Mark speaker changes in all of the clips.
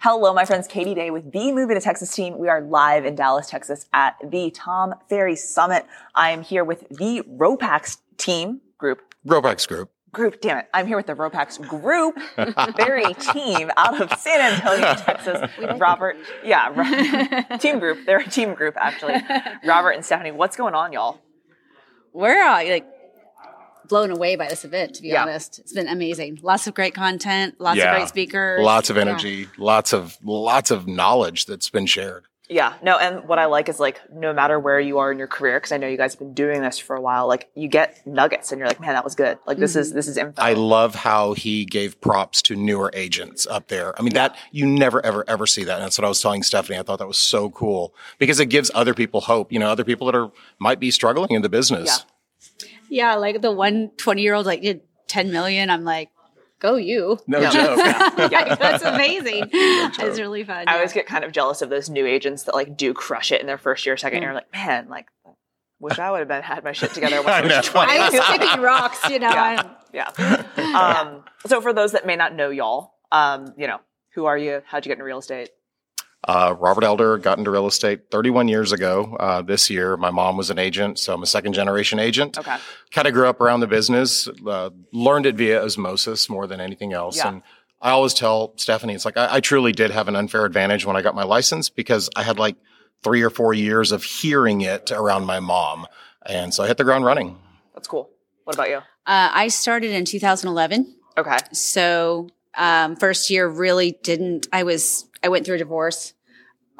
Speaker 1: Hello, my friends. Katie Day with the Moving to Texas team. We are live in Dallas, Texas at the Tom Ferry Summit. I am here with the Ropax team group.
Speaker 2: Ropex Group.
Speaker 1: Group, damn it. I'm here with the Ropax group, Ferry team out of San Antonio, Texas. Robert, yeah, right. team group. They're a team group, actually. Robert and Stephanie, what's going on, y'all?
Speaker 3: We're all like blown away by this event, to be
Speaker 1: Yeah.
Speaker 3: honest. It's been amazing. Lots of great content, lots
Speaker 2: Yeah.
Speaker 3: of great speakers.
Speaker 2: Lots of
Speaker 3: Yeah.
Speaker 2: energy, lots of lots of knowledge that's been shared.
Speaker 1: Yeah, no, and what I like is like no matter where you are in your career, because I know you guys have been doing this for a while, like you get nuggets and you're like, man, that was good. Like this is this is info.
Speaker 2: I love how he gave props to newer agents up there. I mean, that you never, ever, ever see that. And that's what I was telling Stephanie. I thought that was so cool because it gives other people hope. You know, other people that are might be struggling in the business.
Speaker 3: Yeah, like the one 20 year old like did 10 million. I'm like, go you.
Speaker 2: No
Speaker 1: Yeah.
Speaker 2: joke.
Speaker 3: Like, that's amazing. it's really fun.
Speaker 1: I always get kind of jealous of those new agents that like do crush it in their first year, second year.
Speaker 2: Mm.
Speaker 1: I'm like, man, like wish I would have been had my shit together when I
Speaker 2: I
Speaker 1: was
Speaker 2: know.
Speaker 1: 20.
Speaker 3: I was kicking rocks, you know.
Speaker 1: Yeah.
Speaker 3: I'm-
Speaker 1: yeah. Um, so for those that may not know y'all, um, you know, who are you? How'd you get into real estate?
Speaker 2: Uh, Robert Elder got into real estate 31 years ago. Uh, this year, my mom was an agent, so I'm a second generation agent.
Speaker 1: Okay.
Speaker 2: Kind of grew up around the business, uh, learned it via osmosis more than anything else.
Speaker 1: Yeah.
Speaker 2: And I always tell Stephanie, it's like I, I truly did have an unfair advantage when I got my license because I had like three or four years of hearing it around my mom, and so I hit the ground running.
Speaker 1: That's cool. What about you?
Speaker 3: Uh, I started in 2011.
Speaker 1: Okay.
Speaker 3: So, um, first year really didn't, I was, I went through a divorce.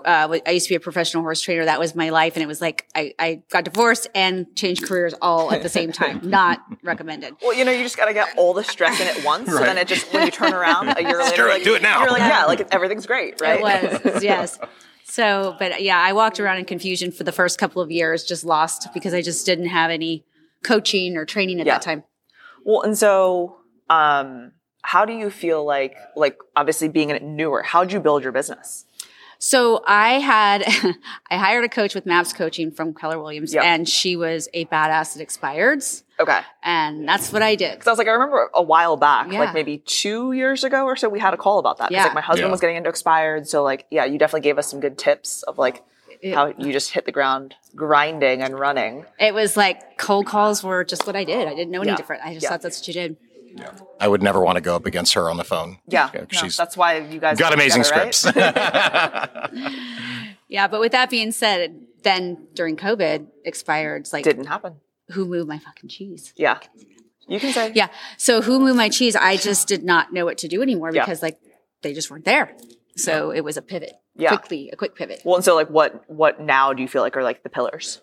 Speaker 3: Uh, I used to be a professional horse trainer. That was my life. And it was like, I, I got divorced and changed careers all at the same time. Not recommended.
Speaker 1: Well, you know, you just got to get all the stress in at once, and then
Speaker 2: Right.
Speaker 1: it just when you turn around a year later,
Speaker 2: it.
Speaker 1: like,
Speaker 2: Do it now.
Speaker 1: You're like, yeah, like everything's great, right?
Speaker 3: It was, it was, yes. So, but yeah, I walked around in confusion for the first couple of years, just lost because I just didn't have any coaching or training at
Speaker 1: Yeah.
Speaker 3: that time.
Speaker 1: Well, and so, um, how do you feel like, like obviously being a newer? How'd you build your business?
Speaker 3: So I had, I hired a coach with MAPS coaching from Keller Williams
Speaker 1: Yeah.
Speaker 3: and she was a badass at expireds.
Speaker 1: Okay,
Speaker 3: And that's what I did.
Speaker 1: because I was like, I remember a while back,
Speaker 3: Yeah.
Speaker 1: like maybe two years ago or so, we had a call about that. 'Cause,
Speaker 3: Yeah.
Speaker 1: like my husband
Speaker 2: Yeah.
Speaker 1: was getting into expired, so like, yeah, you definitely gave us some good tips of like how you just hit the ground grinding and running.
Speaker 3: It was like cold calls were just what I did. I didn't know any
Speaker 1: Yeah.
Speaker 3: different. I just
Speaker 1: Yeah.
Speaker 3: thought that's what you did.
Speaker 2: I would never want to go up against her on the phone.
Speaker 1: Yeah,
Speaker 2: Yeah,
Speaker 1: no,
Speaker 2: she's
Speaker 1: that's why you guys
Speaker 2: got
Speaker 1: work
Speaker 2: amazing
Speaker 1: together, right?
Speaker 2: scripts.
Speaker 3: Yeah. But with that being said, then during COVID expireds, like
Speaker 1: Didn't happen.
Speaker 3: who moved my fucking cheese?
Speaker 1: Yeah, you can say
Speaker 3: Yeah. So who moved my cheese? I just did not know what to do anymore
Speaker 1: Yeah.
Speaker 3: because like they just weren't there. So it was a pivot.
Speaker 1: Yeah.
Speaker 3: Quickly, a quick pivot.
Speaker 1: Well, and so like what what now do you feel like are like the pillars?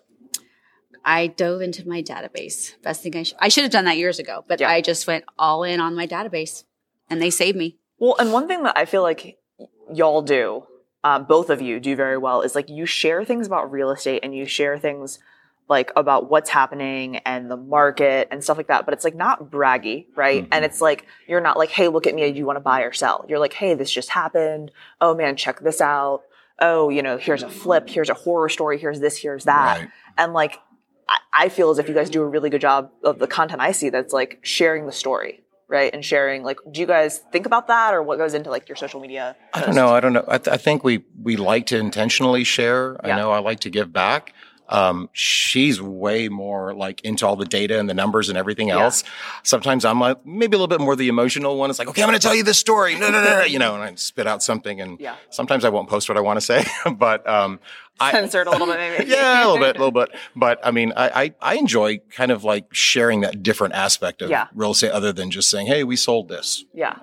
Speaker 3: I dove into my database. Best thing I should I should have done that years ago, but
Speaker 1: Yeah.
Speaker 3: I just went all in on my database and they saved me.
Speaker 1: Well, and one thing that I feel like y- y'all do, um, both of you do very well is like you share things about real estate and you share things like about what's happening and the market and stuff like that. But it's like not braggy, right? And it's like you're not like, hey, look at me, do you want to buy or sell? You're like, hey, this just happened. Oh man, check this out. Oh, you know, here's a flip, here's a horror story, here's this, here's that.
Speaker 2: Right.
Speaker 1: And like I, I feel as if you guys do a really good job of the content I see that's like sharing the story, right? And sharing like, do you guys think about that or what goes into like your social media?
Speaker 2: I don't know. I don't know. I, th- I think we we like to intentionally share.
Speaker 1: Yeah.
Speaker 2: I know I like to give back. Um, she's way more like into all the data and the numbers and everything else. Sometimes I'm like maybe a little bit more the emotional one. It's like, okay, I'm going to tell you this story. No, no, no, no, you know, and I spit out something. And
Speaker 1: Yeah.
Speaker 2: sometimes I won't post what I want to say, but um, I,
Speaker 1: Censored a little bit, maybe.
Speaker 2: yeah, a little bit, a little bit. But I mean, I, I I enjoy kind of like sharing that different aspect of
Speaker 1: Yeah.
Speaker 2: real estate, other than just saying, hey, we sold this.
Speaker 1: Yeah.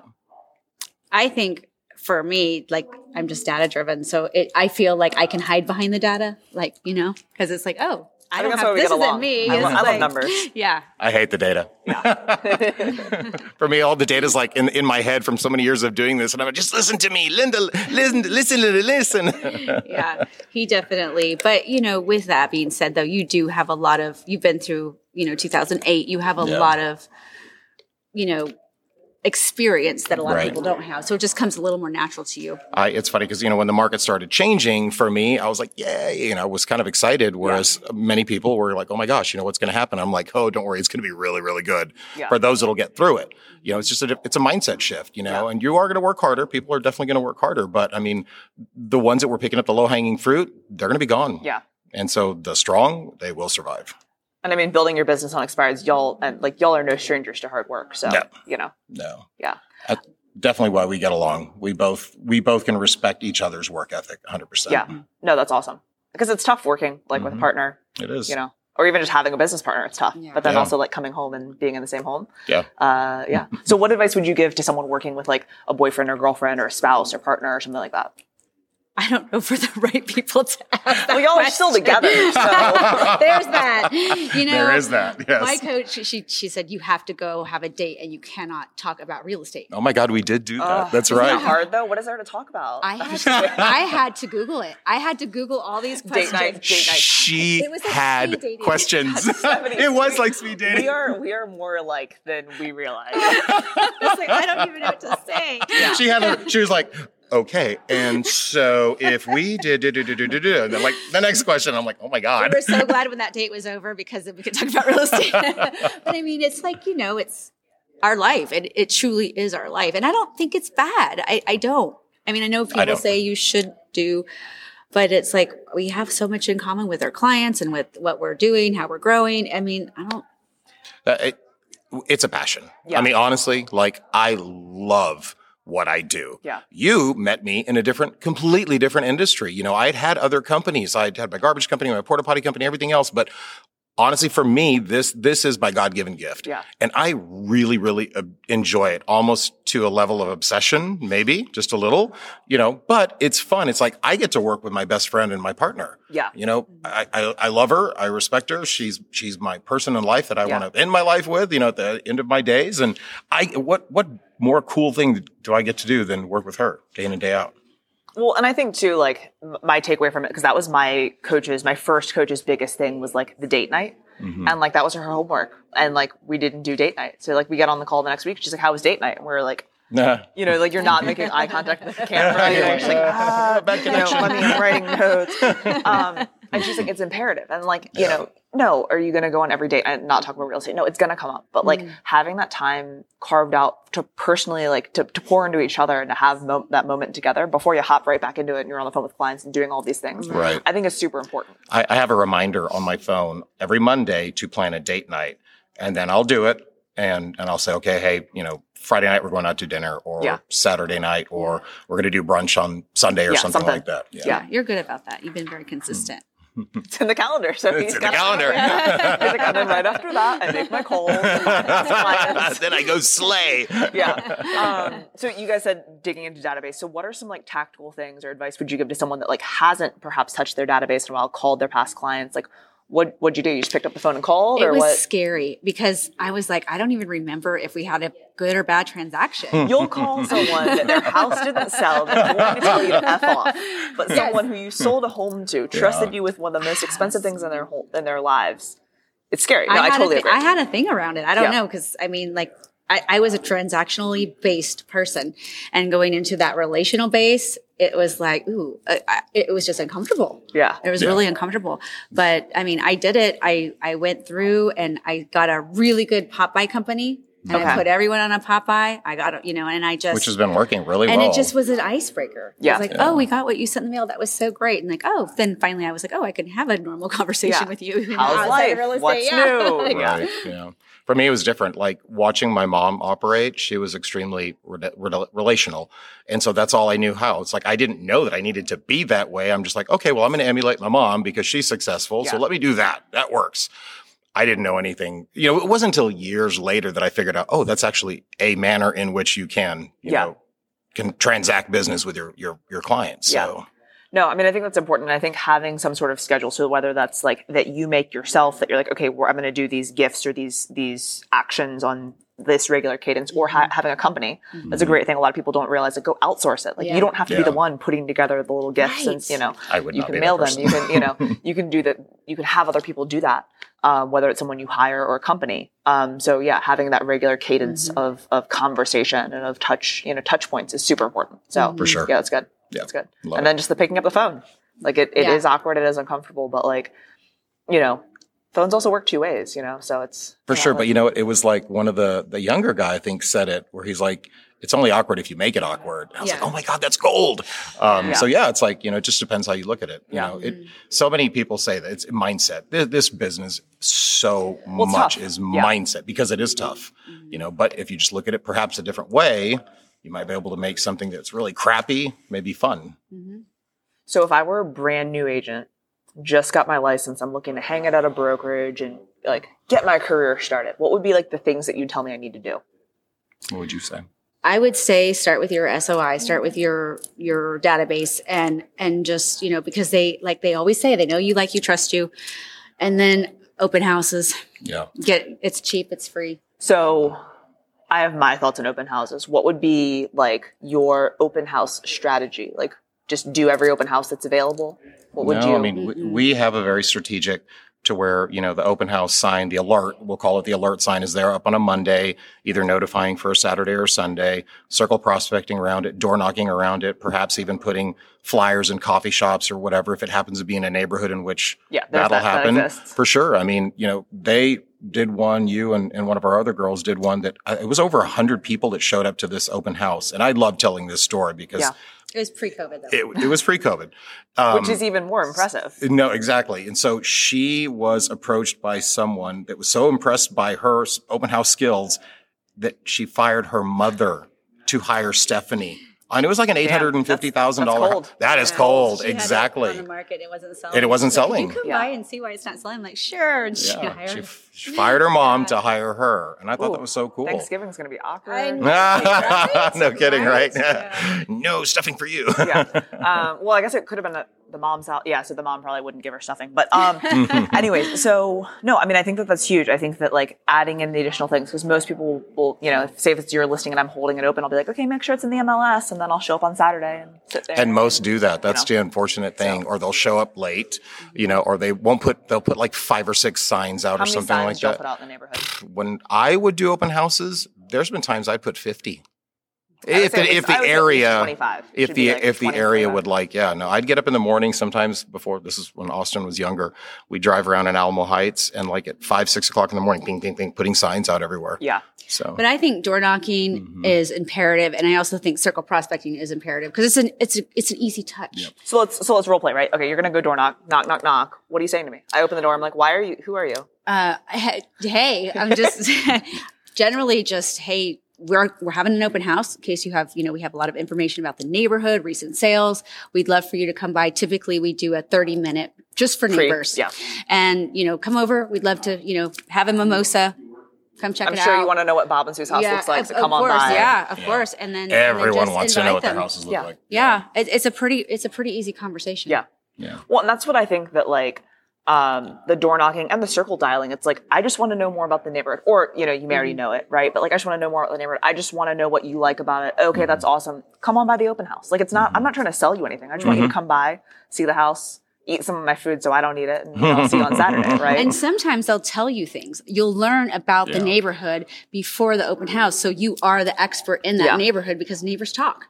Speaker 3: I think for me, like I'm just data driven. So it, I feel like I can hide behind the data, like, you know, because it's like, oh, I,
Speaker 1: I think
Speaker 3: don't
Speaker 1: that's
Speaker 3: have,
Speaker 1: why we
Speaker 3: this
Speaker 1: get
Speaker 3: isn't
Speaker 1: along.
Speaker 3: me.
Speaker 1: I,
Speaker 3: This
Speaker 1: love,
Speaker 3: is
Speaker 1: I love
Speaker 3: like-
Speaker 1: numbers.
Speaker 3: Yeah.
Speaker 2: I hate the data. For me, all the data's like in, in my head from so many years of doing this, and I'm like, just listen to me, Linda, listen, listen, Linda, listen.
Speaker 3: yeah, he definitely. But you know, with that being said, though, you do have a lot of. You've been through, you know, 2008. You have a
Speaker 2: Yeah.
Speaker 3: lot of, you know, experience that a lot
Speaker 2: Right.
Speaker 3: of people don't have. So it just comes a little more natural to you.
Speaker 2: I, it's funny because, you know, when the market started changing for me, I was like, yeah, you know, I was kind of excited. Whereas many people were like, oh my gosh, you know, what's going to happen? I'm like, oh, don't worry. It's going to be really, really good
Speaker 1: Yeah.
Speaker 2: for those that'll get through it. You know, it's just a, it's a mindset shift, you know, and you are going to work harder. People are definitely going to work harder. But I mean, the ones that were picking up the low hanging fruit, they're going to be gone.
Speaker 1: Yeah.
Speaker 2: And so the strong, they will survive.
Speaker 1: And I mean, building your business on expires, y'all and like y'all are no strangers to hard work. So
Speaker 2: No.
Speaker 1: you know,
Speaker 2: No.
Speaker 1: Yeah.
Speaker 2: That's definitely why we get along. We both, we both can respect each other's work ethic 100%.
Speaker 1: yeah, no, that's awesome because it's tough working like with a
Speaker 2: Mhm.
Speaker 1: partner,
Speaker 2: It is.
Speaker 1: you know, or even just having a business partner. It's tough,
Speaker 3: Yeah.
Speaker 1: but then
Speaker 2: Yeah.
Speaker 1: also like coming home and being in the same home.
Speaker 2: Yeah.
Speaker 1: uh, yeah. so, what advice would you give to someone working with like a boyfriend or girlfriend or a spouse or partner or something like that?
Speaker 3: I don't know if we're the right people to ask. that
Speaker 1: Well, y'all are still
Speaker 3: question.
Speaker 1: together, so-
Speaker 3: there's that. You know,
Speaker 2: there is that. Yes.
Speaker 3: My coach, she she said you have to go have a date and you cannot talk about real estate.
Speaker 2: Oh my God, we did do that.
Speaker 1: Ugh.
Speaker 2: That's
Speaker 1: Isn't that
Speaker 2: right.
Speaker 1: hard though. What is there to talk about?
Speaker 3: I had to, I had to Google it. I had to Google all these
Speaker 1: Date
Speaker 3: questions.
Speaker 1: night, date night.
Speaker 2: She
Speaker 3: It was like speed
Speaker 2: had
Speaker 3: dating.
Speaker 2: questions. it was like speed dating.
Speaker 1: we are we are more alike than we realize.
Speaker 3: I was like, I don't even know what to say.
Speaker 2: She had. her- she was like, okay, and so if we did, do, do, do, do, do, do, and then like the next question, I'm like, oh my God.
Speaker 3: We were so glad when that date was over because then we could talk about real estate. but I mean, it's like you know, it's our life, and it truly is our life. And I don't think it's bad. I, I don't. I mean, I know people
Speaker 2: don't.
Speaker 3: say you should do, but it's like we have so much in common with our clients and with what we're doing, how we're growing. I mean, I don't.
Speaker 2: Uh, it- it's a passion.
Speaker 1: Yeah.
Speaker 2: I mean, honestly, like I love what I do.
Speaker 1: Yeah.
Speaker 2: You met me in a different, completely different industry. You know, I had had other companies. I would had my garbage company, my porta potty company, everything else. But honestly, for me, this this is my God given gift.
Speaker 1: Yeah.
Speaker 2: And I really, really uh, enjoy it, almost to a level of obsession, maybe just a little. You know, but it's fun. It's like I get to work with my best friend and my partner.
Speaker 1: Yeah.
Speaker 2: You know,
Speaker 1: Mm-hmm.
Speaker 2: I, I, I love her. I respect her. She's she's my person in life that I
Speaker 1: Yeah.
Speaker 2: want to end my life with. You know, at the end of my days. And I what what more cool thing do I get to do than work with her day in and day out?
Speaker 1: Well, and I think too, like m- my takeaway from it, because that was my coach's, my first coach's biggest thing was like the date night.
Speaker 2: Mm-hmm.
Speaker 1: And like that was her homework. And like we didn't do date night. So like we get on the call the next week. She's like, How was date night? And we are like,
Speaker 2: Nah.
Speaker 1: You know, like you're not making eye contact with the camera. You know, she's like,
Speaker 2: Ah, bad
Speaker 1: Uh, you know,
Speaker 2: connection.
Speaker 1: let me, I'm writing notes. Um, and she's like, It's imperative. And like, you know, no, are you going to go on every date and not talk about real estate? No, it's going to come up. But like
Speaker 2: Mm.
Speaker 1: having that time carved out to personally, like to, to pour into each other and to have mo- that moment together before you hop right back into it and you're on the phone with clients and doing all these things.
Speaker 2: Right.
Speaker 1: I think is super important.
Speaker 2: I, I have a reminder on my phone every Monday to plan a date night, and then I'll do it, and and I'll say, okay, hey, you know, Friday night we're going out to dinner, or
Speaker 1: Yeah.
Speaker 2: Saturday night, or we're going to do brunch on Sunday or
Speaker 1: Yeah,
Speaker 2: something,
Speaker 1: something.
Speaker 2: like that.
Speaker 1: Yeah.
Speaker 3: You're good about that. You've been very consistent.
Speaker 1: Hmm. It's in the calendar. So he's
Speaker 2: It's in the
Speaker 1: got-
Speaker 2: calendar.
Speaker 1: He's like, and then right after that, I make my calls. and clients.
Speaker 2: then I go slay.
Speaker 1: yeah. Um, so you guys said digging into database. So what are some like tactical things or advice would you give to someone that like hasn't perhaps touched their database in a while, called their past clients? Like, what what'd you do? You just picked up the phone and called,
Speaker 3: It
Speaker 1: or
Speaker 3: was
Speaker 1: what?
Speaker 3: scary because I was like, I don't even remember if we had a good or bad transaction.
Speaker 1: You'll call someone that their house didn't sell. They're going to tell you to f off. But someone who you sold a home to trusted you with one of the most expensive things in their whole in their lives. It's scary. No, I,
Speaker 3: had
Speaker 1: totally
Speaker 3: a thi-
Speaker 1: agree.
Speaker 3: I had a thing around it. I don't
Speaker 1: Yeah.
Speaker 3: know because I mean, like, I, I was a transactionally based person, and going into that relational base, it was like, ooh, I, I, it was just uncomfortable.
Speaker 1: yeah.
Speaker 3: It was
Speaker 2: Yeah.
Speaker 3: really uncomfortable. But I mean, I did it. I I went through and I got a really good Popeye company, and
Speaker 1: Okay.
Speaker 3: I put everyone on a Popeye. I got a- you know, and I just
Speaker 2: Which has been working really
Speaker 3: and
Speaker 2: well.
Speaker 3: it just was an icebreaker.
Speaker 1: Yeah.
Speaker 3: I was like, oh, we got what you sent in the mail. That was so great. And like, oh, then finally I was like, oh, I can have a normal conversation
Speaker 1: Yeah.
Speaker 3: with you.
Speaker 1: How's
Speaker 3: Outside of
Speaker 1: life?
Speaker 3: real estate.
Speaker 1: What's new?
Speaker 3: Like,
Speaker 1: Yeah.
Speaker 2: Right. Yeah. For me, it was different. Like watching my mom operate, she was extremely re- re- relational. And so that's all I knew how. It's like, I didn't know that I needed to be that way. I'm just like, okay, well, I'm going to emulate my mom because she's successful. So
Speaker 1: Yeah.
Speaker 2: let me do that. That works. I didn't know anything. You know, it wasn't until years later that I figured out, oh, that's actually a manner in which you can, you
Speaker 1: Yeah.
Speaker 2: know, can transact business with your, your, your clients.
Speaker 1: Yeah.
Speaker 2: So
Speaker 1: No, I mean, I think that's important. And I think having some sort of schedule. So whether that's like that you make yourself, that you're like, okay, well, I'm going to do these gifts or these, these actions on this regular cadence or
Speaker 3: Mm-hmm.
Speaker 1: ha- having a company. That's a great thing. A lot of people don't realize it. Go outsource it. Like
Speaker 3: Yeah.
Speaker 1: you don't have to be
Speaker 2: Mm-hmm. Yeah.
Speaker 1: the one putting together the little gifts and
Speaker 3: Right.
Speaker 1: you know
Speaker 2: I would
Speaker 1: you
Speaker 2: not
Speaker 1: can
Speaker 2: be that
Speaker 1: mail them.
Speaker 2: person.
Speaker 1: You can you know you can do that. You can have other people do that. Um, whether it's someone you hire or a company. Um, so yeah, having that regular cadence
Speaker 3: Mm-hmm.
Speaker 1: of of conversation and of touch you know touch points is super important. So
Speaker 2: For sure.
Speaker 1: yeah, that's good.
Speaker 2: Yeah.
Speaker 1: that's good.
Speaker 2: Love
Speaker 1: and
Speaker 2: it.
Speaker 1: then just the picking up the phone. Like it, it is
Speaker 3: Yeah.
Speaker 1: awkward. It is uncomfortable, but like you know, phones also work two ways. You know, so it's
Speaker 2: For
Speaker 1: yeah,
Speaker 2: sure.
Speaker 1: like-
Speaker 2: But you know, what? it was like one of the the younger guy I think said it where he's like, it's only awkward if you make it awkward. And I was like,
Speaker 3: Yeah.
Speaker 2: oh my God, that's gold. Um,
Speaker 1: Yeah.
Speaker 2: So yeah, it's like, you know, it just depends how you look at it. You
Speaker 1: Yeah.
Speaker 2: know, it, so many people say that it's mindset. Th- This business so
Speaker 1: Well, it's
Speaker 2: much
Speaker 1: tough.
Speaker 2: is
Speaker 1: Yeah.
Speaker 2: mindset because it is tough, you know, but if you just look at it perhaps a different way, you might be able to make something that's really crappy, maybe fun.
Speaker 1: So if I were a brand new agent, just got my license, I'm looking to hang it at a brokerage and like get my career started. What would be like the things that you tell me I need to do?
Speaker 2: What would you say?
Speaker 3: I would say start with your SOI, start with your your database and and just, you know, because they like they always say they know you like you trust you. And then open houses.
Speaker 2: Yeah.
Speaker 3: Get it's cheap, it's free.
Speaker 1: So I have my thoughts on open houses. What would be like your open house strategy? Like just do every open house that's available? What would
Speaker 2: no,
Speaker 1: you Mm-hmm.
Speaker 2: I mean, we, we have a very strategic to where, you know, the open house sign, the alert, we'll call it the alert sign is there up on a Monday, either notifying for a Saturday or Sunday, circle prospecting around it, door knocking around it, perhaps even putting flyers in coffee shops or whatever, if it happens to be in a neighborhood in which
Speaker 1: Yeah, there's
Speaker 2: that'll
Speaker 1: that- that
Speaker 2: happen
Speaker 1: exists.
Speaker 2: for sure. I mean, you know, they did one, you and, and one of our other girls did one that uh, it was over a hundred people that showed up to this open house. And I love telling this story because
Speaker 1: Yeah.
Speaker 3: It was pre-COVID though.
Speaker 2: it, it was pre COVID. Um,
Speaker 1: which is even more impressive.
Speaker 2: no, exactly. And so she was approached by someone that was so impressed by her s- open house skills that she fired her mother to hire Stephanie. And it was like an eight hundred and fifty thousand
Speaker 1: that's
Speaker 2: dollar.
Speaker 1: cold.
Speaker 2: That is cold.
Speaker 3: She had it
Speaker 2: Exactly.
Speaker 3: on the market, it wasn't selling.
Speaker 2: And it wasn't
Speaker 3: She's like, "Can
Speaker 2: selling.
Speaker 3: You come
Speaker 1: Yeah.
Speaker 3: by and see why it's not selling. I'm like, sure. And she
Speaker 2: Yeah,
Speaker 3: hired
Speaker 2: she, f- she fired her mom to
Speaker 3: Yeah.
Speaker 2: hire her, and I thought
Speaker 1: Ooh,
Speaker 2: that was so cool.
Speaker 1: Thanksgiving's going to be awkward.
Speaker 3: I know. Right?
Speaker 2: no kidding, right?
Speaker 3: Right? Yeah.
Speaker 2: no stuffing for you.
Speaker 1: yeah. Um, well, I guess it could have been the, the mom's house. Yeah, so the mom probably wouldn't give her stuffing. But um, anyways, so no, I mean, I think that that's huge. I think that like adding in the additional things because most people will, you know, if, say if it's your listing and I'm holding it open, I'll be like, okay, make sure it's in the MLS, and then I'll show up on Saturday and sit there.
Speaker 2: And most do that. That's
Speaker 1: know.
Speaker 2: the unfortunate thing. Or they'll show up late, you know, or they won't put, they'll put like five or six signs out
Speaker 1: How
Speaker 2: or
Speaker 1: many
Speaker 2: something
Speaker 1: signs
Speaker 2: like
Speaker 1: do y'all
Speaker 2: that.
Speaker 1: put out in the neighborhood?
Speaker 2: When I would do open houses, there's been times I'd put 50.
Speaker 1: would
Speaker 2: If
Speaker 1: say at
Speaker 2: the, if
Speaker 1: least- I would say at
Speaker 2: the
Speaker 1: least
Speaker 2: area,
Speaker 1: 25.
Speaker 2: if
Speaker 1: Should be
Speaker 2: the,
Speaker 1: like
Speaker 2: if the
Speaker 1: 20,
Speaker 2: area
Speaker 1: 25.
Speaker 2: would like, yeah, no, I'd get up in the morning sometimes before this is when Austin was younger. We drive around in Alamo Heights and like at five, six o'clock in the morning, ping, ping, ping, putting signs out everywhere.
Speaker 1: Yeah.
Speaker 2: So
Speaker 3: But I think door knocking
Speaker 1: Mm-hmm.
Speaker 3: is imperative, and I also think circle prospecting is imperative because it's an it's a, it's an easy touch.
Speaker 1: So let's so let's role play, right? Okay, you're gonna go door knock, knock, knock, knock. What are you saying to me? I open the door. I'm like, why are you? Who are you?
Speaker 3: Uh, I- hey, I'm just generally just hey, we're we're having an open house. In case you have you know we have a lot of information about the neighborhood, recent sales. We'd love for you to come by. Typically, we do a 30 minute just for
Speaker 1: Free,
Speaker 3: neighbors.
Speaker 1: yeah.
Speaker 3: and you know come over. We'd love to you know have a mimosa. Come check
Speaker 1: I'm
Speaker 3: it
Speaker 1: sure
Speaker 3: out.
Speaker 1: you want to know what Bob and Sue's house looks like. So come on
Speaker 3: course,
Speaker 1: by.
Speaker 3: Yeah, of course. And then and then
Speaker 2: everyone
Speaker 3: just
Speaker 2: wants to know
Speaker 3: invite
Speaker 2: what their
Speaker 3: them.
Speaker 2: houses look
Speaker 1: Yeah.
Speaker 2: like.
Speaker 3: Yeah, it, it's a pretty it's a pretty easy conversation.
Speaker 1: Yeah.
Speaker 2: Yeah.
Speaker 1: Well, and that's what I think that like um, the door knocking and the circle dialing. It's like I just want to know more about the neighborhood, or you know, you may already know it, right? But like I just want to know more about the neighborhood. I just want to know what you like about it. Okay, that's awesome. Come on by the open house. Like it's not. I'm not trying to sell you anything. I just want you to come by, see the house, eat some of my food, so I don't eat it, and you know, I'll see you on Saturday, right?
Speaker 3: And sometimes they'll tell you things. You'll learn about the
Speaker 2: Yeah.
Speaker 3: neighborhood before the open house, so you are the expert in that
Speaker 1: Yeah.
Speaker 3: neighborhood because neighbors talk,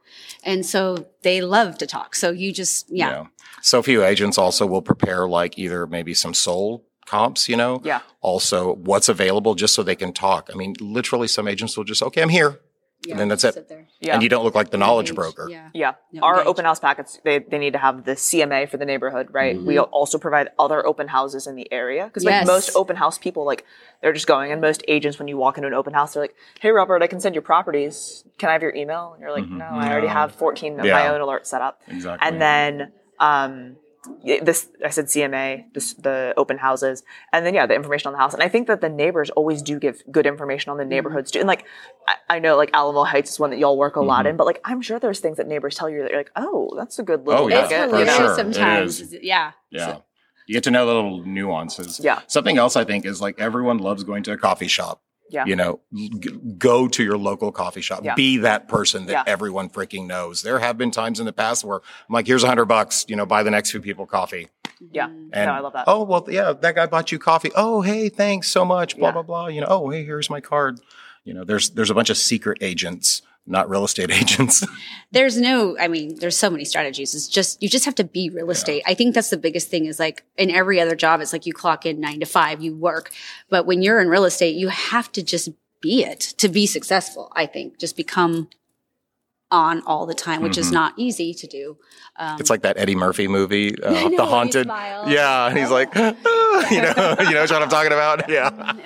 Speaker 3: and so they love to talk. So you just yeah,
Speaker 2: Yeah. So few agents also will prepare like either maybe some soul comps, you know?
Speaker 1: Yeah.
Speaker 2: Also what's available just so they can talk. I mean, literally some agents will just, okay, I'm here.
Speaker 3: Yeah,
Speaker 2: and then that's
Speaker 3: just
Speaker 2: it.
Speaker 3: sit there.
Speaker 1: Yeah.
Speaker 2: And you don't look like the knowledge
Speaker 3: Engage.
Speaker 2: broker.
Speaker 3: Yeah.
Speaker 1: Yeah.
Speaker 3: No,
Speaker 1: Our
Speaker 3: engage.
Speaker 1: open house packets, they, they need to have the CMA for the neighborhood, right? We also provide other open houses in the area. Because like
Speaker 3: Yes.
Speaker 1: most open house people, like they're just going and most agents when you walk into an open house, they're like, Hey Robert, I can send you properties. Can I have your email? And you're like, Mm-hmm. No, I already have fourteen of my
Speaker 2: Yeah.
Speaker 1: own alerts set up.
Speaker 2: Exactly.
Speaker 1: And then um y- this I said CMA, this, the open houses, and then yeah, the information on the house. And I think that the neighbors always do give good information on
Speaker 2: Mm-hmm.
Speaker 1: the neighborhoods too. And like I, I know like Alamo Heights is one that y'all work a
Speaker 2: Mm-hmm.
Speaker 1: lot in, but like I'm sure there's things that neighbors tell you that you're like, oh, that's a good little
Speaker 2: Oh, yeah,
Speaker 3: It's
Speaker 1: nugget,"
Speaker 2: for
Speaker 1: you
Speaker 3: hilarious
Speaker 1: know?
Speaker 2: sure.
Speaker 3: sometimes.
Speaker 2: It is.
Speaker 3: Yeah.
Speaker 2: Yeah. You get to know the little nuances.
Speaker 1: Yeah.
Speaker 2: Something else I think is like everyone loves going to a coffee shop.
Speaker 1: Yeah.
Speaker 2: You know, g- go to your local coffee shop.
Speaker 1: Yeah.
Speaker 2: Be that person that
Speaker 1: Yeah.
Speaker 2: everyone freaking knows. There have been times in the past where I'm like, here's a hundred bucks, you know, buy the next few people coffee.
Speaker 1: Yeah.
Speaker 2: And
Speaker 1: No, I love that.
Speaker 2: Oh, well, yeah, that guy bought you coffee. Oh, hey, thanks so much. Blah,
Speaker 1: Yeah.
Speaker 2: blah, blah. You know, oh, hey, here's my card. You know, there's there's a bunch of secret agents, not real estate agents.
Speaker 3: there's no i mean there's so many strategies it's just you just have to be real estate i think that's the biggest thing is like in every other job it's like you clock in nine to five you work but when you're in real estate you have to just be it to be successful i think just become on all the time which is
Speaker 2: Mhm.
Speaker 3: not easy to do um,
Speaker 2: it's like that Eddie Murphy movie,
Speaker 3: I
Speaker 2: uh,
Speaker 3: know,
Speaker 2: The
Speaker 3: when he
Speaker 2: Haunted.
Speaker 3: smiles.
Speaker 2: Yeah, and he's like, you know, you know what I'm talking about? Yeah.
Speaker 3: Um,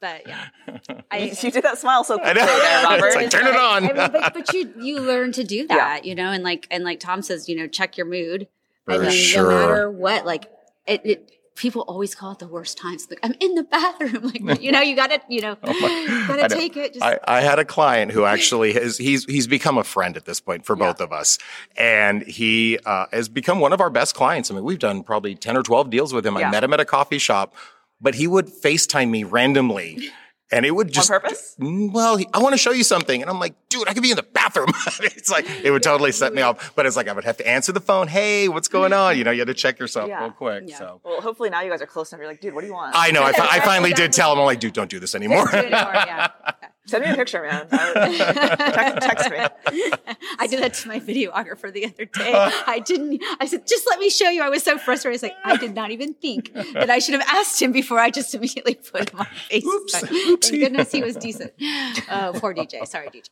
Speaker 3: but yeah
Speaker 1: you, you did that smile so
Speaker 2: I
Speaker 1: quickly
Speaker 2: know.
Speaker 1: there, Robert.
Speaker 2: It's like, turn it on.
Speaker 3: I mean, but, but you you learn to do that, you know, and like and like Tom says, you know, check your mood.
Speaker 2: For
Speaker 3: and then
Speaker 2: sure.
Speaker 3: no matter what, like it, it people always call it the worst times. Like I'm in the bathroom. Like you know, you gotta you know
Speaker 2: Oh I know.
Speaker 3: gotta take it. Just
Speaker 2: I, I had a client who actually has he's he's become a friend at this point for both of us, and he uh, has become one of our best clients. I mean, we've done probably ten or twelve deals with him. I
Speaker 1: Yeah.
Speaker 2: met him at a coffee shop, but he would Facetime me randomly, and it would just
Speaker 1: purpose?
Speaker 2: Mm, Well, he- I want to show you something, and I'm like, dude, I could be in the bathroom. it's like it would totally set me off, but it's like I would have to answer the phone. Hey, what's going on? You know, you had to check yourself
Speaker 1: Yeah.
Speaker 2: real quick.
Speaker 3: Yeah.
Speaker 2: So.
Speaker 1: Well, hopefully now you guys are close enough. You're like, dude, what do you want?
Speaker 2: I know. I, fi- I finally did tell him. I'm like, dude, don't do this anymore.
Speaker 3: do it anymore, yeah.
Speaker 1: Send me a picture, man. I- text, text me.
Speaker 3: I did that to my videographer the other day. I didn't. I said, just let me show you. I was so frustrated. It's like I did not even think that I should have asked him before. I just immediately put him on Facebook.
Speaker 2: Oops.
Speaker 3: Thank goodness he was decent. Uh, poor DJ. Sorry, DJ.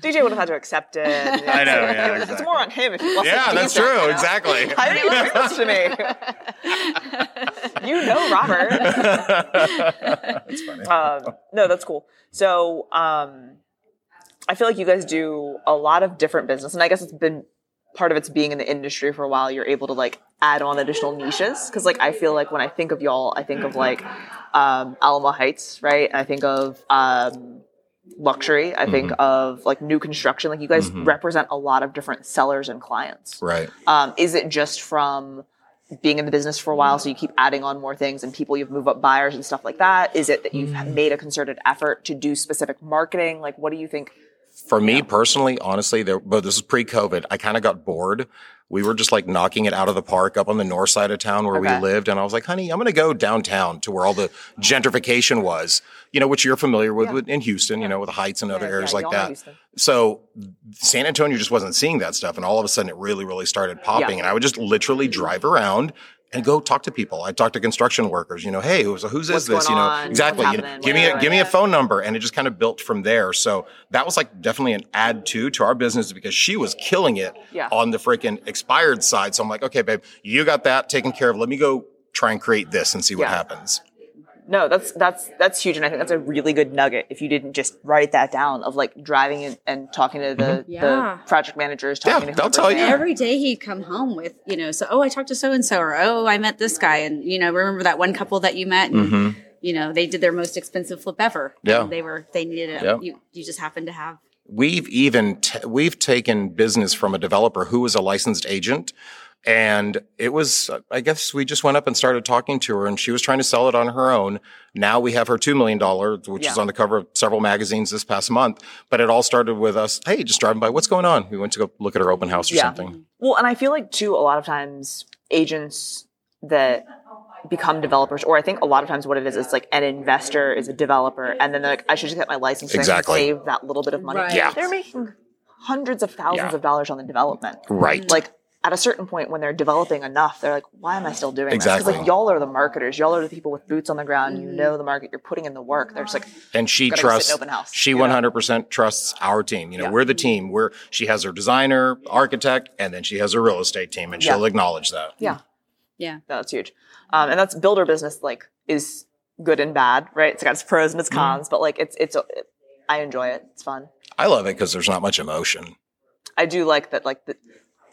Speaker 1: DJ would have had to accept it.
Speaker 2: I know, yeah,
Speaker 1: It's
Speaker 2: exactly.
Speaker 1: more on him if he wasn't.
Speaker 2: Yeah, that's
Speaker 1: decent, you
Speaker 2: true.
Speaker 1: know?
Speaker 2: Exactly.
Speaker 1: How did he look this to me? you know, Robert.
Speaker 2: that's funny.
Speaker 1: Um, no, that's cool. So, um, I feel like you guys do a lot of different business, and I guess it's been part of it's being in the industry for a while. You're able to like add on additional niches because, like, I feel like when I think of y'all, I think of like um, Alamo Heights, right? And I think of um, luxury. I think
Speaker 2: Mm-hmm.
Speaker 1: of like new construction. Like, you guys represent a lot of different sellers and clients.
Speaker 2: Right.
Speaker 1: Um, is it just from being in the business for a while, so you keep adding on more things and people you've moved up buyers and stuff like that? Is it that you've made a concerted effort to do specific marketing? Like, what do you think?
Speaker 2: For me personally, honestly, there, but this is pre-COVID. I kind of got bored. We were just like knocking it out of the park up on the north side of town where
Speaker 1: Okay.
Speaker 2: we lived. And I was like, honey, I'm going to go downtown to where all the gentrification was, you know, which you're familiar with, with in Houston, you know, with the Heights and other
Speaker 1: Yeah,
Speaker 2: areas
Speaker 1: yeah,
Speaker 2: like
Speaker 1: y'all know
Speaker 2: that.
Speaker 1: Houston.
Speaker 2: So San Antonio just wasn't seeing that stuff. And all of a sudden it really, really started popping.
Speaker 1: Yeah.
Speaker 2: And I would just literally drive around and go talk to people. I talked to construction workers, you know, hey, who's, who's
Speaker 1: What's
Speaker 2: is this?
Speaker 1: going
Speaker 2: you know,
Speaker 1: on?
Speaker 2: exactly.
Speaker 1: What's
Speaker 2: You know,
Speaker 1: happening?
Speaker 2: give me a,
Speaker 1: Where-
Speaker 2: give me a phone number. And it just kind of built from there. So that was like definitely an add to to our business because she was killing it
Speaker 1: Yeah.
Speaker 2: on the freaking expired side. So I'm like, okay, babe, you got that taken care of. Let me go try and create this and see what
Speaker 1: Yeah.
Speaker 2: happens.
Speaker 1: No, that's that's that's huge, and I think that's a really good nugget. If you didn't just write that down of like driving and, and talking to the, the
Speaker 4: Yeah.
Speaker 1: project managers, talking
Speaker 2: Yeah,
Speaker 1: to
Speaker 2: they'll
Speaker 1: whoever's
Speaker 2: tell you.
Speaker 1: there.
Speaker 3: every day he'd come home with you know so oh i talked to so and so or oh i met this guy and you know remember that one couple that you met and you know they did their most expensive flip ever
Speaker 2: Mm-hmm. Yeah.
Speaker 3: and they were they needed it
Speaker 2: Yeah.
Speaker 3: you, you just happened to have
Speaker 2: we've even t- we've taken business from a developer who was a licensed agent and it was i guess we just went up and started talking to her and she was trying to sell it on her own now we have her $2 million which is
Speaker 1: Yeah.
Speaker 2: on the cover of several magazines this past month but it all started with us hey just driving by what's going on we went to go look at her open house or
Speaker 1: Yeah.
Speaker 2: something
Speaker 1: Well, and I feel like too, a lot of times agents that become developers, or I think a lot of times what it is, it's like an investor is a developer, and then they're like, I should just get my license so
Speaker 2: Exactly.
Speaker 1: I can save that little bit of money.
Speaker 3: Right.
Speaker 2: Yeah.
Speaker 1: They're making hundreds of thousands
Speaker 2: Yeah.
Speaker 1: of dollars on the development.
Speaker 2: right
Speaker 1: Like at a certain point when they're developing enough, they're like, why am I still doing this?
Speaker 2: Exactly.
Speaker 1: Because like y'all are the marketers, y'all are the people with boots on the ground, you know the market, you're putting in the work. They're just like,
Speaker 2: and she
Speaker 1: Gotta go sit in
Speaker 2: trusts
Speaker 1: open house,
Speaker 2: she
Speaker 1: you know?
Speaker 2: 100% trusts our team you know
Speaker 1: Yeah.
Speaker 2: we're the team we're she has her designer architect and then she has her real estate team and
Speaker 1: Yeah.
Speaker 2: she'll acknowledge that
Speaker 1: yeah.
Speaker 3: yeah
Speaker 1: No, that's huge. Um, and that's builder business like is good and bad, right? It's got its pros and
Speaker 3: Mm-hmm.
Speaker 1: its cons, but like it's it's it, I enjoy it. It's fun.
Speaker 2: i love it because there's not much emotion
Speaker 1: I do like that like the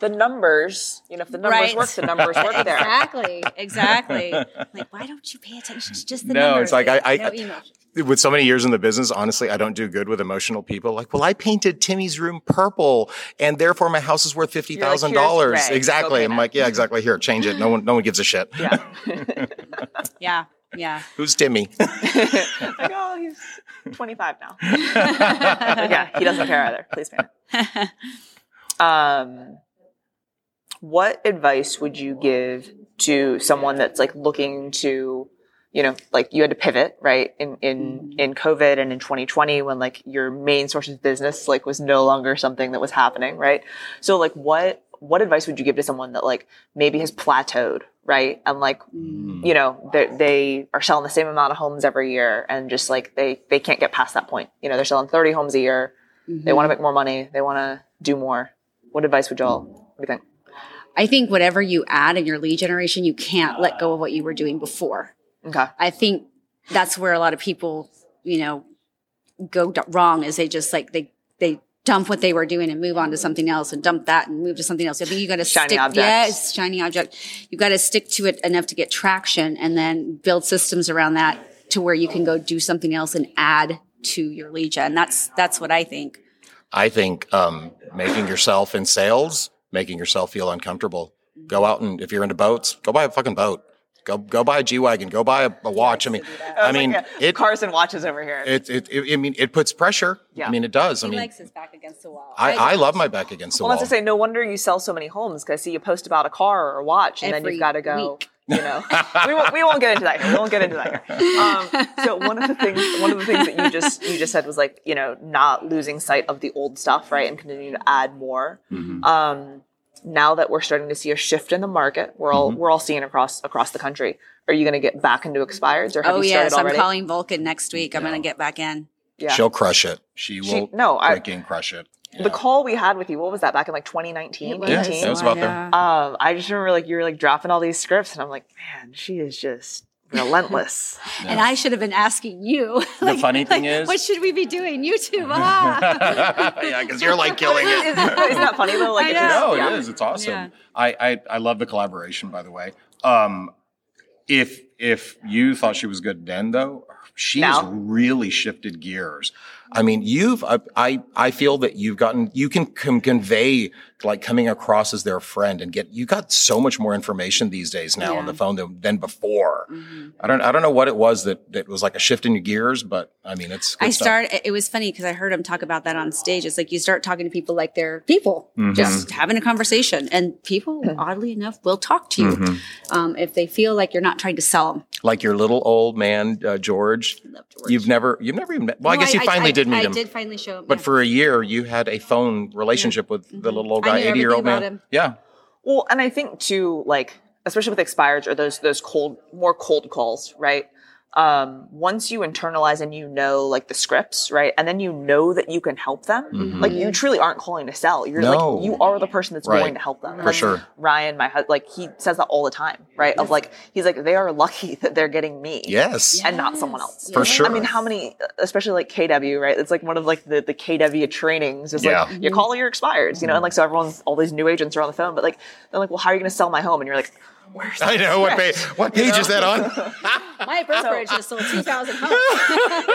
Speaker 1: the numbers, you know, if the numbers
Speaker 3: Right.
Speaker 1: work, the numbers work there.
Speaker 3: exactly exactly like why don't you pay attention to just the
Speaker 2: No,
Speaker 3: numbers?
Speaker 2: it's like I- I-
Speaker 3: no emotion.
Speaker 2: with so many years in the business, honestly, I don't do good with emotional people. Like, well, I painted Timmy's room purple, and therefore my house is worth fifty thousand
Speaker 1: You're like,
Speaker 2: dollars.
Speaker 1: "Here's Ray.
Speaker 2: Exactly.
Speaker 1: Go
Speaker 2: I'm
Speaker 1: paint
Speaker 2: like, yeah, exactly. Here, change it. No one, no one gives a shit.
Speaker 1: Yeah.
Speaker 3: yeah Yeah.
Speaker 2: Who's Timmy?
Speaker 1: like, oh, he's 25 now. But yeah, he doesn't care either. Please, man. Um, what advice would you give to someone that's like looking to, you know, like you had to pivot, right? In in in COVID and in 2020 when like your main source of business like was no longer something that was happening, right? So like what what advice would you give to someone that like maybe has plateaued, right? And like you know they they are selling the same amount of homes every year and just like they they can't get past that point. You know, they're selling 30 homes a year. They want to make more money. They want to do more. What advice would y'all? What do you think?
Speaker 3: I think whatever you add in your lead generation, you can't let go of what you were doing before.
Speaker 1: Okay.
Speaker 3: I think that's where a lot of people, you know, go d- wrong is they just like they they dump what they were doing and move on to something else and dump that and move to something else. I think you got to
Speaker 1: Shiny
Speaker 3: stick
Speaker 1: object.
Speaker 3: yes, shiny object. You got to stick to it enough to get traction and then build systems around that to where you can go do something else and add to your lead gen. That's that's what I think.
Speaker 2: I think um, making yourself in sales, making yourself feel uncomfortable. Go out and if you're into boats, go buy a fucking boat. Go go buy a G wagon. Go buy a, a watch. I mean, I mean, it,
Speaker 1: Carson watches over here.
Speaker 2: it, it, it. I mean, it puts pressure.
Speaker 1: Yeah.
Speaker 2: I mean, it does. I
Speaker 3: He
Speaker 2: mean,
Speaker 3: likes his back against the wall.
Speaker 2: I, I love my back against the
Speaker 1: well,
Speaker 2: wall.
Speaker 1: that's to say, no wonder you sell so many homes because I see you post about a car or a watch, and then
Speaker 3: Every
Speaker 1: you've got to go.
Speaker 3: week.
Speaker 1: You know, we won't, we won't get into that. Here. We won't get into that. Here. Um, so one of the things one of the things that you just you just said was like you know not losing sight of the old stuff, right, and continuing to add more.
Speaker 3: Mm-hmm.
Speaker 1: Um, now that we're starting to see a shift in the market, we're all
Speaker 3: Mm-hmm.
Speaker 1: we're all seeing across across the country. Are you going to get back into expireds, or have
Speaker 3: Oh
Speaker 1: you started
Speaker 3: yes, I'm
Speaker 1: already?
Speaker 3: calling Vulcan next week. I'm gonna get back in.
Speaker 1: yeah.
Speaker 2: She'll crush it. She
Speaker 1: She-
Speaker 2: will.
Speaker 1: no, I-
Speaker 2: freaking crush it.
Speaker 1: The call we had with you, what was that back in like 2019,
Speaker 2: Yeah,
Speaker 1: 18?
Speaker 2: that was about there.
Speaker 1: Um, I just remember like you were like dropping all these scripts, and I'm like, man, she is just relentless.
Speaker 3: And I should have been asking you. like,
Speaker 2: funny thing
Speaker 3: like,
Speaker 2: is-
Speaker 3: what should we be doing? YouTube. Ah.
Speaker 2: yeah, because you're like killing it.
Speaker 1: Isn't that funny though? Like,
Speaker 3: I
Speaker 1: it's
Speaker 3: know.
Speaker 1: just-
Speaker 2: No,
Speaker 1: yeah.
Speaker 2: it is. It's awesome.
Speaker 3: Yeah.
Speaker 2: I, I I love the collaboration. By the way, um, if if you thought she was good then, though, she's
Speaker 1: Now?
Speaker 2: really shifted gears. I mean, you've I, I I feel that you've gotten you can com- convey like coming across as their friend and get you got so much more information these days now on
Speaker 3: Yeah. Mm-hmm.
Speaker 2: the phone than, than before. I don't I don't know what it was that that was like a shift in your gears, but I mean it's good
Speaker 3: I
Speaker 2: stuff.
Speaker 3: start. It was funny because I heard him talk about that on stage. It's like you start talking to people like they're people,
Speaker 2: Mm-hmm.
Speaker 3: just having a conversation, and people, oddly enough, will talk to you
Speaker 2: Mm-hmm.
Speaker 3: um, if they feel like you're not trying to sell them.
Speaker 2: like your little old man uh, George. You've never you've never even met. Well, I guess you finally did meet
Speaker 3: I
Speaker 2: him.
Speaker 3: did finally show him.
Speaker 2: But
Speaker 3: yeah.
Speaker 2: for a year, you had a phone relationship with the little old
Speaker 3: I
Speaker 2: guy,
Speaker 3: knew
Speaker 2: eighty year old
Speaker 3: everything
Speaker 2: man.
Speaker 3: about him.
Speaker 2: Yeah,
Speaker 1: Well, and I think too, like especially with expireds or those those cold, more cold calls, right? Um, once you internalize and you know like the scripts, right, and then you know that you can help them, like you truly aren't calling to sell. You're
Speaker 2: Mm-hmm. No.
Speaker 1: like you are the person that's
Speaker 2: Right.
Speaker 1: going to help them
Speaker 2: for sure.
Speaker 1: Ryan, my husband, like he says that all the time, right? Of like he's like they are lucky that they're getting me,
Speaker 2: Yes,
Speaker 1: and not someone else.
Speaker 2: for sure.
Speaker 1: I mean, how many, especially like KW, right? It's like one of like the, the KW trainings is
Speaker 2: Yeah.
Speaker 1: like, you call all your expires, you know? And like, so everyone's, all these new agents are on the phone, but like, they're like, well, how are you going to sell my home? And you're like, where's that?
Speaker 2: I know what page. What page is that on?
Speaker 3: my brokerage just sold two thousand homes.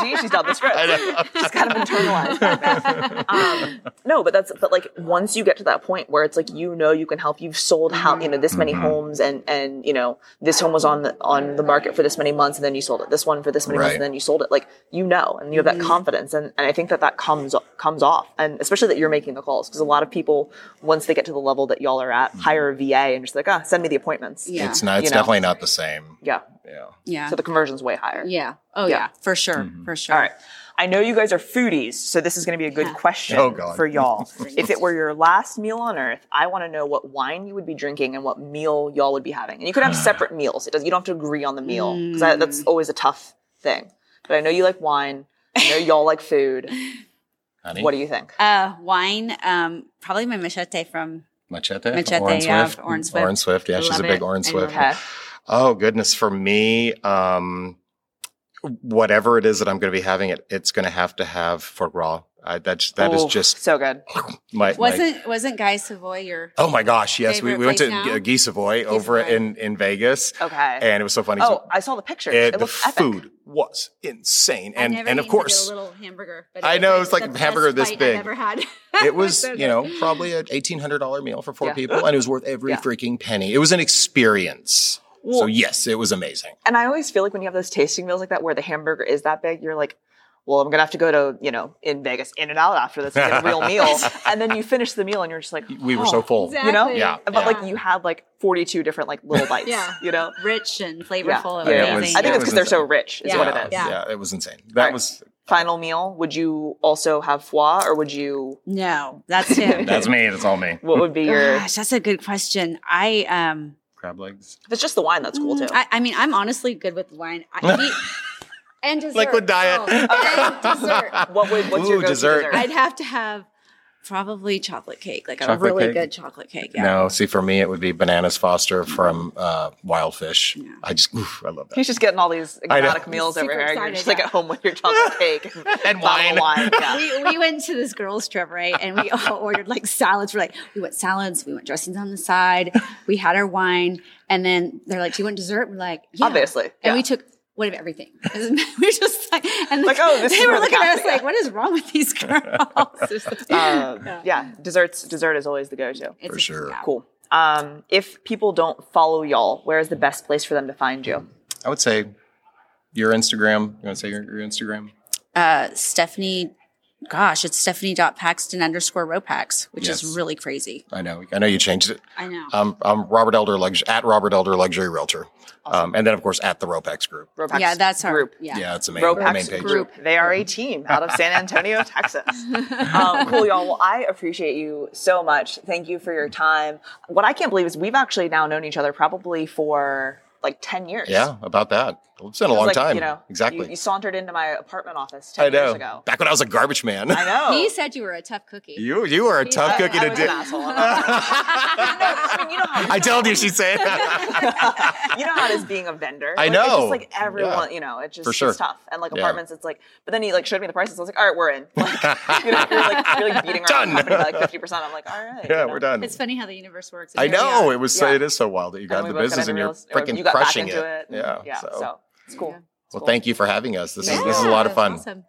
Speaker 1: See, she's not the script.
Speaker 2: I know.
Speaker 1: She's kind of internalized that. Um, no, but that's, but like, once you get to that point where it's like, you know, you can help, you've sold how, you know, this many homes and, and, you know, this home was on the, on the market for this many months and then you sold it, this one for this many months
Speaker 2: Right.
Speaker 1: and then you sold it. Like, you know, and you have that confidence. And, and I think that that comes, comes off. And especially that you're making the calls because a lot of people, once they get to the level that y'all are at, hire a VA and just like, ah, send me the appointments.
Speaker 3: Yeah.
Speaker 2: It's not. It's
Speaker 1: You know.
Speaker 2: definitely not the same.
Speaker 1: Yeah.
Speaker 2: Yeah.
Speaker 3: yeah,
Speaker 1: So the conversion's way higher.
Speaker 3: yeah, oh
Speaker 1: Yeah.
Speaker 3: yeah, for sure,
Speaker 2: Mm-hmm.
Speaker 3: for sure.
Speaker 1: All right. I know you guys are foodies, so this is going to be a good
Speaker 3: Yeah.
Speaker 1: question
Speaker 2: Oh, God.
Speaker 1: for y'all. if it were your last meal on earth, I want to know what wine you would be drinking and what meal y'all would be having. And you could have separate meals. It does. You don't have to agree on the meal because that's always a tough thing. But I know you like wine. I know y'all like food.
Speaker 2: Honey,
Speaker 1: What do you think?
Speaker 3: Uh, wine, um, probably my machete from
Speaker 2: Machete. from
Speaker 3: Machete,
Speaker 2: Orin
Speaker 3: yeah,
Speaker 2: Swift.
Speaker 3: Orin Swift.
Speaker 2: Orin Swift. Yeah,
Speaker 3: I
Speaker 2: she's a
Speaker 3: love
Speaker 2: big
Speaker 3: it.
Speaker 2: Orin
Speaker 3: I
Speaker 2: Swift.
Speaker 3: love
Speaker 1: Okay.
Speaker 2: Oh goodness, for me, um, whatever it is that I'm going to be having, it it's going to have to have foie gras. I, that's that is
Speaker 1: Oh,
Speaker 2: just
Speaker 1: so good.
Speaker 2: my my-
Speaker 3: wasn't wasn't Guy Savoy your
Speaker 2: Oh my gosh, yes. We,
Speaker 3: Favorite
Speaker 2: we went to
Speaker 3: place now?
Speaker 2: uh, Guy Savoy over
Speaker 3: Savoy.
Speaker 2: in, in Vegas.
Speaker 1: Okay.
Speaker 2: And it was so funny.
Speaker 1: oh, I saw the pictures.
Speaker 2: And
Speaker 1: It,
Speaker 2: the
Speaker 1: looks epic.
Speaker 2: food was insane.
Speaker 3: I've
Speaker 2: And
Speaker 3: never
Speaker 2: and of
Speaker 3: eaten like
Speaker 2: course
Speaker 3: a little hamburger. But
Speaker 2: I
Speaker 3: was,
Speaker 2: know, it's like
Speaker 3: the
Speaker 2: a hamburger
Speaker 3: best
Speaker 2: this
Speaker 3: bite
Speaker 2: big.
Speaker 3: I've ever had.
Speaker 2: it was,
Speaker 3: so
Speaker 2: you know, probably an eighteen hundred dollar meal for four
Speaker 1: Yeah.
Speaker 2: people and it was worth every
Speaker 1: Yeah.
Speaker 2: freaking penny. It was an experience. so yes, it was amazing.
Speaker 1: And I always feel like when you have those tasting meals like that where the hamburger is that big, you're like, well, I'm gonna have to go to, you know, in Vegas, in and out after this to get a real meal. And then you finish the meal and you're just like,
Speaker 2: We were
Speaker 1: "Oh."
Speaker 2: so full.
Speaker 1: You know?
Speaker 4: Exactly.
Speaker 2: Yeah,
Speaker 1: But
Speaker 2: yeah.
Speaker 1: like you had like 42 different like little bites.
Speaker 4: Yeah.
Speaker 1: You know?
Speaker 3: Rich and
Speaker 1: Yeah.
Speaker 3: flavorful.
Speaker 2: Yeah,
Speaker 3: and
Speaker 2: it was-
Speaker 3: amazing.
Speaker 1: I think
Speaker 2: it
Speaker 1: it's because they're so
Speaker 2: insane.
Speaker 1: rich, is
Speaker 4: Yeah.
Speaker 1: what it is.
Speaker 4: Yeah.
Speaker 2: it was insane. That
Speaker 1: Alright.
Speaker 2: was
Speaker 1: Final meal, would you also have foie or would you
Speaker 3: no, that's him.
Speaker 2: that's me. That's all me.
Speaker 1: what would be your if
Speaker 3: Gosh, that's a good question. I um,
Speaker 2: Crab legs,
Speaker 1: it's just the wine, that's cool too.
Speaker 3: mm, I, I mean, I'm honestly good with wine. I, he, and dessert.
Speaker 2: liquid diet.
Speaker 3: Oh, and dessert.
Speaker 1: what would what's
Speaker 2: Ooh,
Speaker 1: your go
Speaker 2: dessert.
Speaker 1: dessert?
Speaker 3: I'd have to have probably chocolate cake, like a
Speaker 2: Chocolate
Speaker 3: really
Speaker 2: cake?
Speaker 3: good chocolate cake. Yeah.
Speaker 2: No, see, for me, it would be bananas Foster from uh, Wild Fish. I just, oof, I love that.
Speaker 1: He's just getting all these
Speaker 2: I know.
Speaker 1: exotic meals
Speaker 3: Super
Speaker 1: over here. You're
Speaker 3: excited,
Speaker 1: just like
Speaker 3: yeah.
Speaker 1: at home with your chocolate cake and,
Speaker 2: And
Speaker 1: bottle of
Speaker 2: wine.
Speaker 1: Yeah.
Speaker 3: we, we went to this girls' trip, right? And we all ordered like salads. We're like, we want salads, we want dressings on the side, we had our wine. And then they're like, Do you want dessert? We're like, yeah.
Speaker 1: Obviously,
Speaker 3: And
Speaker 1: yeah.
Speaker 3: we took one of everything. we were just like, and
Speaker 1: Like, oh, this
Speaker 3: they
Speaker 1: is
Speaker 3: were
Speaker 1: where the
Speaker 3: looking at us
Speaker 1: cafes-
Speaker 3: like, What is wrong with these girls? It's just-
Speaker 1: Um,
Speaker 3: Yeah.
Speaker 1: yeah. desserts. Dessert is always the go-to.
Speaker 3: It's
Speaker 2: For
Speaker 3: just-
Speaker 2: sure.
Speaker 3: yeah.
Speaker 1: Cool. Um, if people don't follow y'all, where is the best place for them to find you?
Speaker 2: I would say your Instagram. You want to say your, your Instagram?
Speaker 3: Uh, Stephanie, gosh, it's Stephanie.paxton underscore Ropax, which
Speaker 2: Yes.
Speaker 3: is really crazy.
Speaker 2: I know, I know you changed it.
Speaker 3: I know.
Speaker 2: Um, I'm Robert Elder Lux- at Robert Elder Luxury Realtor, um, and then of course at the Ropex Group.
Speaker 1: Ropax
Speaker 3: yeah, that's our
Speaker 1: group.
Speaker 3: Yeah.
Speaker 2: Yeah, it's a main,
Speaker 1: Ropax
Speaker 2: main page.
Speaker 1: Group. They are a team out of San Antonio, Texas. Um, cool, y'all. Well, I appreciate you so much. Thank you for your time. What I can't believe is we've actually now known each other probably for like ten years.
Speaker 2: Yeah, about that. It's been a long
Speaker 1: like,
Speaker 2: time.
Speaker 1: You know,
Speaker 2: exactly.
Speaker 1: You, you sauntered into my apartment office ten
Speaker 2: I know.
Speaker 1: years ago.
Speaker 2: Back when I was a garbage man.
Speaker 1: I know.
Speaker 3: He said you were a tough cookie.
Speaker 2: You you are a tough
Speaker 1: I-
Speaker 2: cookie
Speaker 1: I
Speaker 2: to
Speaker 1: was
Speaker 2: do.
Speaker 1: an asshole. I'm not- I mean, you know how
Speaker 2: I told you, she said.
Speaker 1: you know how it is being a vendor. Like,
Speaker 2: I
Speaker 1: It's
Speaker 2: know.
Speaker 1: just like everyone,
Speaker 2: Yeah.
Speaker 1: you know, it just
Speaker 2: For sure.
Speaker 1: it's tough. And like
Speaker 2: Yeah.
Speaker 1: apartments, it's like. But then he like showed me the prices. I was like, all right, we're in. Like, you know, you're like, you're like beating our
Speaker 2: Done.
Speaker 1: company by like fifty percent. I'm like, all right.
Speaker 2: yeah,
Speaker 1: you know.
Speaker 2: we're done.
Speaker 3: It's funny how the universe works.
Speaker 2: I
Speaker 3: Here we
Speaker 2: know
Speaker 3: are.
Speaker 2: it was so
Speaker 1: Yeah.
Speaker 2: it is so wild that you got
Speaker 1: And
Speaker 2: into
Speaker 1: we both
Speaker 2: business
Speaker 1: into
Speaker 2: and you're
Speaker 1: real estate, or
Speaker 2: freaking
Speaker 1: you got back
Speaker 2: crushing
Speaker 1: into it.
Speaker 2: Yeah,
Speaker 1: Yeah. So, it's cool.
Speaker 2: well, thank you for having us. This is this is a
Speaker 3: Yeah,
Speaker 2: lot of fun.
Speaker 3: Awesome.